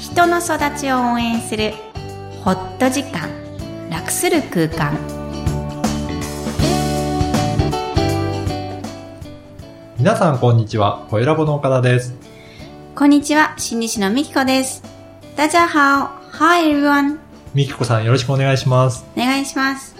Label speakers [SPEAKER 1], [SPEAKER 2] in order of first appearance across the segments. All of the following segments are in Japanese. [SPEAKER 1] 人の育ちを応援するホット時間楽する空間
[SPEAKER 2] 皆さんこんにちは、声ラボの岡田です。
[SPEAKER 1] こんにちは心理師のみきこですダジャハオ Hi everyone
[SPEAKER 2] みきこさんよろしくお願いします。
[SPEAKER 1] お願いします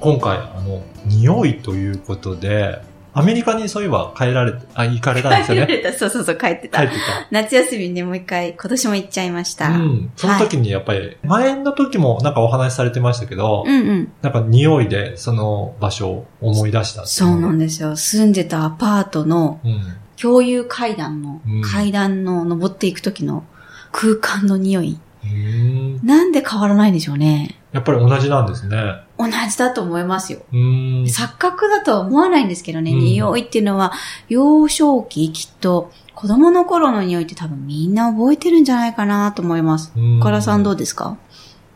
[SPEAKER 2] 今回、あの、匂いということで、アメリカにそういえば帰られて、あ、行かれたんですよね。
[SPEAKER 1] 帰ってたそうそうそう帰って
[SPEAKER 2] 帰
[SPEAKER 1] た
[SPEAKER 2] って
[SPEAKER 1] 夏休みねもう一回今年も行っちゃいました、
[SPEAKER 2] た。うん。その時にやっぱり、前の時もなんかお話しされてましたけど、
[SPEAKER 1] うんうん。
[SPEAKER 2] なんか匂いでその場所を思い出したってい
[SPEAKER 1] そうなんですよ。住んでたアパートの
[SPEAKER 2] うん。
[SPEAKER 1] 共有階段の、
[SPEAKER 2] うん
[SPEAKER 1] 階段の登っていく時の空間の匂い。
[SPEAKER 2] うーん。
[SPEAKER 1] なんで変わらないんでしょうね。
[SPEAKER 2] やっぱり同じなんですね。
[SPEAKER 1] 同じだと思いますよ。
[SPEAKER 2] うーん。
[SPEAKER 1] 錯覚だとは思わないんですけどね、
[SPEAKER 2] うん
[SPEAKER 1] 匂いっていうのは、幼少期きっと、子供の頃の匂いって多分みんな覚えてるんじゃないかなと思います。
[SPEAKER 2] うん
[SPEAKER 1] 岡田さんどうですか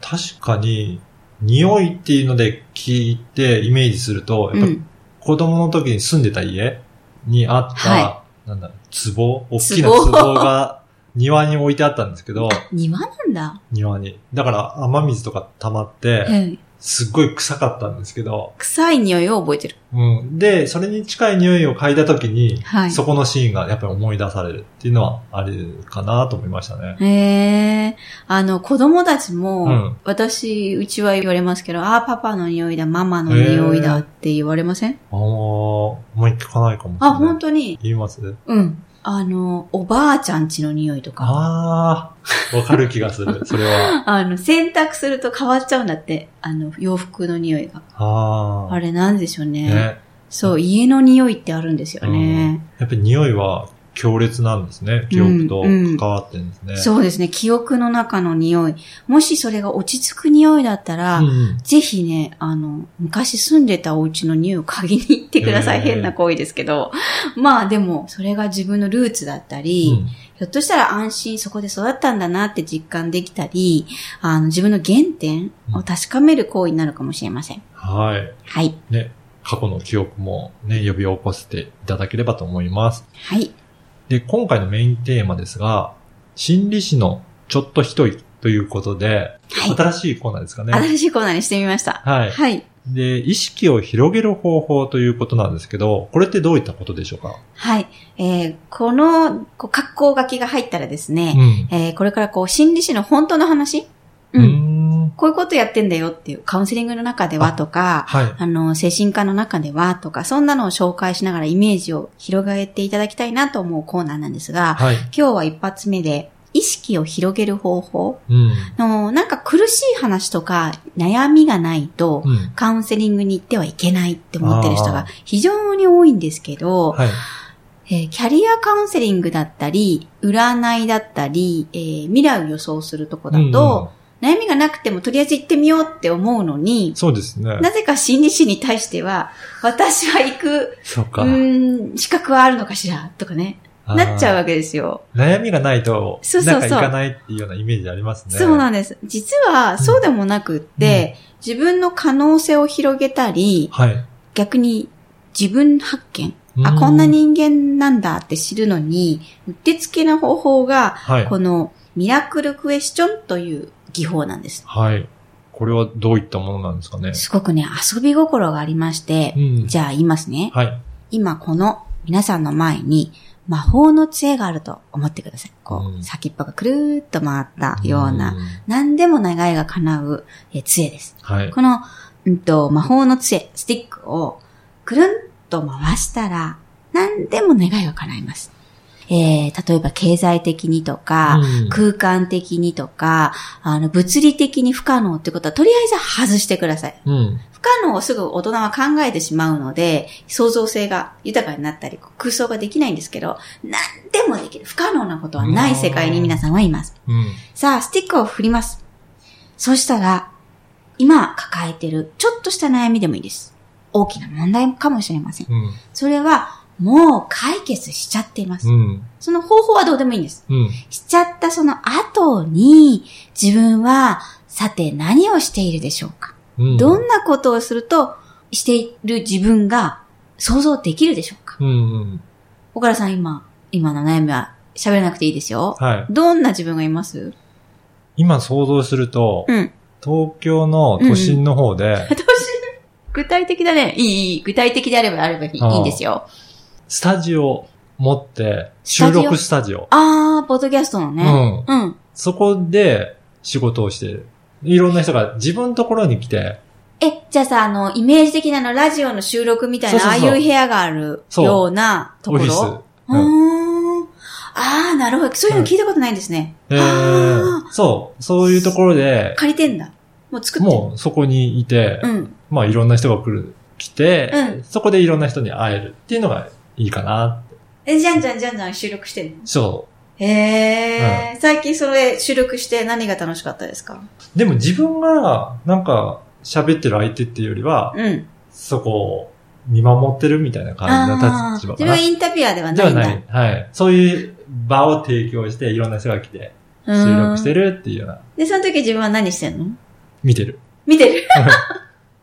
[SPEAKER 2] 確かに、匂いっていうので聞いてイメージすると、や
[SPEAKER 1] う
[SPEAKER 2] っぱり
[SPEAKER 1] ん。
[SPEAKER 2] 子供の時に住んでた家にあった、
[SPEAKER 1] は
[SPEAKER 2] なんだ、壺大きな
[SPEAKER 1] 壺
[SPEAKER 2] 壺が庭に置いてあったんで すけど、
[SPEAKER 1] 庭なんだ。
[SPEAKER 2] 庭に。だから雨水とか溜まって、
[SPEAKER 1] ええ
[SPEAKER 2] すっごい臭かったんですけど、
[SPEAKER 1] 臭い匂いを覚えてる。
[SPEAKER 2] うん。で、それに近い匂いを嗅いだ時に、
[SPEAKER 1] はい。
[SPEAKER 2] そこのシーンがやっぱり思い出されるっていうのはあるかなと思いましたね。
[SPEAKER 1] へえ。あの、子供たちも、
[SPEAKER 2] うん
[SPEAKER 1] 私、うちは言われますけど、ああ、パパの匂いだ、ママの匂いだって言われません、
[SPEAKER 2] あんま、もう聞かないかもしれない。
[SPEAKER 1] あ、本当に
[SPEAKER 2] 言います
[SPEAKER 1] うん。あの、おばあちゃんちの匂いとか。
[SPEAKER 2] ああ、わかる気がする。それは。
[SPEAKER 1] あの、洗濯すると変わっちゃうんだって。あの、洋服の匂いが。
[SPEAKER 2] あ あ。
[SPEAKER 1] あれなんでしょうね。
[SPEAKER 2] ね。
[SPEAKER 1] そう、家の匂いってあるんですよね。
[SPEAKER 2] やっぱり匂いは強烈なんですね。記憶と関わってるんですね。
[SPEAKER 1] そうですね。記憶の中の匂い。もしそれが落ち着く匂いだったら、
[SPEAKER 2] うんうん
[SPEAKER 1] ぜひね、あの、昔住んでたお家の匂いを嗅ぎに行ってください。
[SPEAKER 2] えー
[SPEAKER 1] 変な行為ですけど。まあでも、それが自分のルーツだったり、
[SPEAKER 2] うん
[SPEAKER 1] ひょっとしたら安心そこで育ったんだなって実感できたり、あの、自分の原点を確かめる行為になるかもしれません。
[SPEAKER 2] はい。
[SPEAKER 1] はい。
[SPEAKER 2] ね。過去の記憶もね、呼び起こしていただければと思います。
[SPEAKER 1] はい。
[SPEAKER 2] で、今回のメインテーマですが、心理師のちょっと一息ということで、
[SPEAKER 1] はい
[SPEAKER 2] 新しいコーナーですかね。
[SPEAKER 1] 新しいコーナーにしてみました。
[SPEAKER 2] はい。
[SPEAKER 1] はい。
[SPEAKER 2] で、意識を広げる方法ということなんですけど、これってどういったことでしょうか
[SPEAKER 1] はい。えーこの、こう、格好書きが入ったらですね、
[SPEAKER 2] ん。
[SPEAKER 1] えーこれからこう、心理師の本当の話
[SPEAKER 2] うーん。
[SPEAKER 1] こういうことやってんだよっていう、カウンセリングの中ではとか、
[SPEAKER 2] はい。
[SPEAKER 1] あの、精神科の中ではとか、そんなのを紹介しながらイメージを広げていただきたいなと思うコーナーなんですが、
[SPEAKER 2] はい。
[SPEAKER 1] 今日は一発目で、意識を広げる方法
[SPEAKER 2] うん。
[SPEAKER 1] の、なんか苦しい話とか悩みがないと、
[SPEAKER 2] うん。
[SPEAKER 1] カウンセリングに行ってはいけないって思ってる人
[SPEAKER 2] あ
[SPEAKER 1] が
[SPEAKER 2] ー
[SPEAKER 1] 非常に多いんですけど、
[SPEAKER 2] はい。
[SPEAKER 1] えーキャリアカウンセリングだったり、占いだったり、えー未来を予想するとこだと、悩みがなくてもとりあえず行ってみようって思うのに、
[SPEAKER 2] そうですね。
[SPEAKER 1] なぜか心理師に対しては、私は行く、
[SPEAKER 2] そうか
[SPEAKER 1] う。ーん、資格はあるのかしらとかね、
[SPEAKER 2] あー
[SPEAKER 1] なっちゃうわけですよ。
[SPEAKER 2] 悩みがないと、
[SPEAKER 1] そうそうそう
[SPEAKER 2] なんかいかないっていうようなイメージありますね。
[SPEAKER 1] そうなんんです。実は、そうでもなくって、自分の可能性を広げたり、
[SPEAKER 2] はい。
[SPEAKER 1] 逆に自分発見、あ、
[SPEAKER 2] う
[SPEAKER 1] こんな。人間なんだって知るのに、うってつけな方法が、
[SPEAKER 2] はい。
[SPEAKER 1] このミラクルクエスチョンという技法なんです。
[SPEAKER 2] はい。これはどういったものなんですかね。
[SPEAKER 1] すごくね、遊び心がありまして
[SPEAKER 2] う、ん。
[SPEAKER 1] じゃあ言いますね。
[SPEAKER 2] はい。
[SPEAKER 1] 今この皆さんの前に魔法の杖があると思ってください。こ
[SPEAKER 2] う
[SPEAKER 1] う、
[SPEAKER 2] ん
[SPEAKER 1] 先っぽがくるーっと回ったような、
[SPEAKER 2] ん。
[SPEAKER 1] 何でも願いが叶うえー杖です。
[SPEAKER 2] はい。
[SPEAKER 1] この、うんと、魔法の杖、スティックをくるんと回したら、何でも願いが叶います。えー、例えば経済的にとか、
[SPEAKER 2] うん
[SPEAKER 1] 空間的にとか、あの、物理的に不可能ってことは、とりあえず外してください。
[SPEAKER 2] うん。
[SPEAKER 1] 不可能をすぐ大人は考えてしまうので、創造性が豊かになったり、空想ができないんですけど、何でもできる。不可能なことはない世界に皆さんはいます。
[SPEAKER 2] うん。
[SPEAKER 1] さあ、スティックを振ります。そしたら、今抱えてる、ちょっとした悩みでもいいです。大きな問題かもしれません。
[SPEAKER 2] うん。
[SPEAKER 1] それは、もう解決しちゃっています
[SPEAKER 2] う。ん。
[SPEAKER 1] その方法はどうでもいいんです。
[SPEAKER 2] うん。
[SPEAKER 1] しちゃったその後に、自分は、さて何をしているでしょうか
[SPEAKER 2] うん。
[SPEAKER 1] どんなことをすると、している自分が想像できるでしょうか
[SPEAKER 2] うん。うん。
[SPEAKER 1] 岡田さん今、今の悩みは喋らなくていいですよ。
[SPEAKER 2] はい。
[SPEAKER 1] どんな自分がいます
[SPEAKER 2] 今想像すると、
[SPEAKER 1] うん。
[SPEAKER 2] 東京の都心の方で、
[SPEAKER 1] 私、具体的だね。いい、いい。具体的であればあればいい
[SPEAKER 2] あー
[SPEAKER 1] いいんですよ。
[SPEAKER 2] スタジオ持って、
[SPEAKER 1] スタ
[SPEAKER 2] 収
[SPEAKER 1] ジオ
[SPEAKER 2] 録スタジオ。
[SPEAKER 1] あー、ポッドキャストのね。
[SPEAKER 2] うん。
[SPEAKER 1] うん。
[SPEAKER 2] そこで仕事をしてる。いろんな人が自分のところに来て、
[SPEAKER 1] え、じゃあさ、あの、イメージ的なあの、ラジオの収録みたいな、
[SPEAKER 2] そうそうそう
[SPEAKER 1] ああいう部屋がある
[SPEAKER 2] そう
[SPEAKER 1] ようなと
[SPEAKER 2] オ
[SPEAKER 1] こ
[SPEAKER 2] フ
[SPEAKER 1] ろ。
[SPEAKER 2] ィス。
[SPEAKER 1] うーん。あー、なるほど。そういうの聞いたことないんですね。
[SPEAKER 2] え
[SPEAKER 1] あ
[SPEAKER 2] ー、そう、そういうところで、
[SPEAKER 1] 借りてんだ。もう作ってる。
[SPEAKER 2] もうそこにいて、
[SPEAKER 1] うん。
[SPEAKER 2] まあいろんな人が来る、来て、
[SPEAKER 1] うん
[SPEAKER 2] そこでいろんな人に会えるっていうのがいいかな。
[SPEAKER 1] え、じゃんじゃんじゃんじゃん収録してんの
[SPEAKER 2] そ
[SPEAKER 1] へー。最近それ収録して何が楽しかったですか
[SPEAKER 2] う。でも自分がなんか喋ってる相手っていうよりは、
[SPEAKER 1] うん。
[SPEAKER 2] そこを見守ってるみたいな感じの
[SPEAKER 1] あー
[SPEAKER 2] 立
[SPEAKER 1] 自
[SPEAKER 2] 場か
[SPEAKER 1] 分は
[SPEAKER 2] な。
[SPEAKER 1] インタビュアーでは
[SPEAKER 2] で
[SPEAKER 1] な
[SPEAKER 2] はい
[SPEAKER 1] んだ。
[SPEAKER 2] ない。はい。そういう場を提供していろんな人が来て
[SPEAKER 1] う
[SPEAKER 2] 収
[SPEAKER 1] ーん
[SPEAKER 2] 録してるっていうような、
[SPEAKER 1] で、その時自分は何してんの
[SPEAKER 2] 見てる。
[SPEAKER 1] 見てる。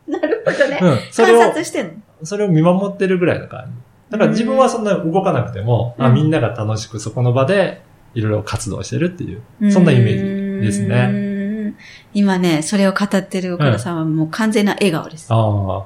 [SPEAKER 1] なるほどね。
[SPEAKER 2] うん。そ
[SPEAKER 1] 観
[SPEAKER 2] れを、
[SPEAKER 1] 察してんの
[SPEAKER 2] それを見守ってるぐらいの感じ。だから自分はそんな動かなくても、
[SPEAKER 1] うん
[SPEAKER 2] あみんなが楽しくそこの場でいろいろ活動してるっていう。そんなイメージですね
[SPEAKER 1] うーん。今ね、それを語ってる岡田さんはもう完全な笑顔です。
[SPEAKER 2] あ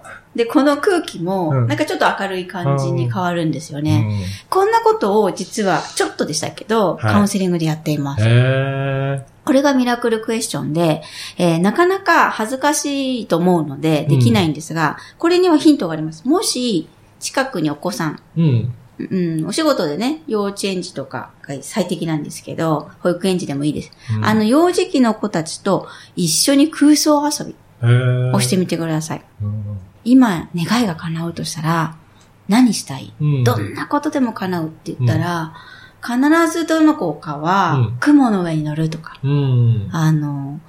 [SPEAKER 2] あ。
[SPEAKER 1] で、この空気も、
[SPEAKER 2] うん
[SPEAKER 1] なんかちょっと明るい感じに変わるんですよ
[SPEAKER 2] う
[SPEAKER 1] ね。
[SPEAKER 2] ん。へ
[SPEAKER 1] こんなことを実はちょっとでしたけど、
[SPEAKER 2] はい
[SPEAKER 1] カウンセリングでやっています。
[SPEAKER 2] え。
[SPEAKER 1] これがミラクルクエスチョンで、えーなかなか恥ずかしいと思うのでできないんですが、これにはヒントがあります。もし、近くにお子さん、
[SPEAKER 2] うん。
[SPEAKER 1] うん、お仕事でね、幼稚園児とかが最適なんですけど、保育園児でもいいです。
[SPEAKER 2] うん
[SPEAKER 1] あの、幼児期の子たちと一緒に空想遊び
[SPEAKER 2] へえ
[SPEAKER 1] をしてみてください。
[SPEAKER 2] うん
[SPEAKER 1] 今、願いが叶うとしたら、何したい
[SPEAKER 2] うん。
[SPEAKER 1] どんなことでも叶うって言ったら、必ずどの子か
[SPEAKER 2] う
[SPEAKER 1] は
[SPEAKER 2] ん、
[SPEAKER 1] 雲の上に乗るとか、
[SPEAKER 2] うん。
[SPEAKER 1] あの、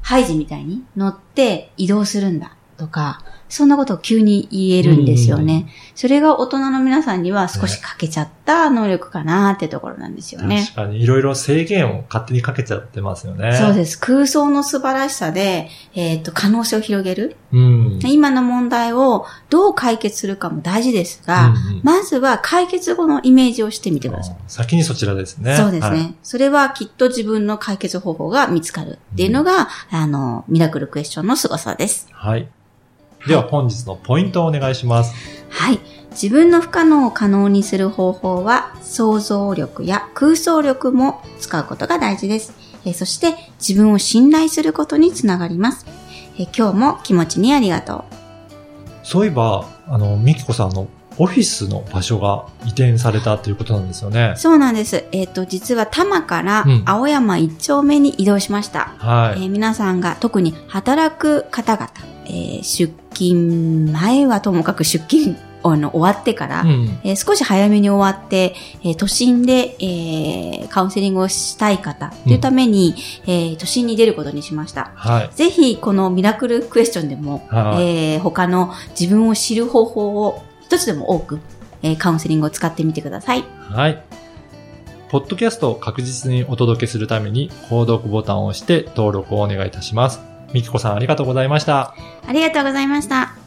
[SPEAKER 1] ハイジみたいに乗って移動するんだとか、そんなことを急に言えるんですよね。それが大人の皆さんには少し欠けちゃった能力かなってところなんですよね。
[SPEAKER 2] 確かに、いろいろ制限を勝手にかけちゃってますよね。
[SPEAKER 1] そう
[SPEAKER 2] す。
[SPEAKER 1] です。空想の素晴らしさで、えっ、と、可能性を広げる。
[SPEAKER 2] うん。
[SPEAKER 1] 今の問題をどう解決するかも大事ですが、
[SPEAKER 2] うんうん
[SPEAKER 1] まずは解決後のイメージをしてみてください。
[SPEAKER 2] あー先にそちらですね。
[SPEAKER 1] そうですね、
[SPEAKER 2] はい。
[SPEAKER 1] それはきっと自分の解決方法が見つかるっていうのが、あの、ミラクルクエスチョンの凄さです。
[SPEAKER 2] はい。では本日のポイントをお願いします。
[SPEAKER 1] はい。自分の不可能を可能にする方法は、想像力や空想力も使うことが大事です。えーそして、自分を信頼することにつながります。えー今日も気持ちにありがとう。
[SPEAKER 2] そういえば、あの、ミキコさんのオフィスの場所が移転されたということなんですよね。
[SPEAKER 1] そうなんです。えっ、と、実は多摩から
[SPEAKER 2] うん
[SPEAKER 1] 青山一丁目に移動しました。
[SPEAKER 2] は
[SPEAKER 1] え
[SPEAKER 2] い。
[SPEAKER 1] ー皆さんが特に働く方々、えー出勤前はともかく出勤あの終わってから、
[SPEAKER 2] うん。
[SPEAKER 1] えー少し早めに終わって、えー都心で、えーカウンセリングをしたい方というために、えー都心に出ることにしました。
[SPEAKER 2] はい。
[SPEAKER 1] ぜひ、このミラクルクエスチョンでも、
[SPEAKER 2] はい。
[SPEAKER 1] えー他の自分を知る方法を一つでも多く、えーカウンセリングを使ってみてください。
[SPEAKER 2] はい。ポッドキャストを確実にお届けするために、購読ボタンを押して登録をお願いいたします。ミキコさんありがとうございました。
[SPEAKER 1] ありがとうございました。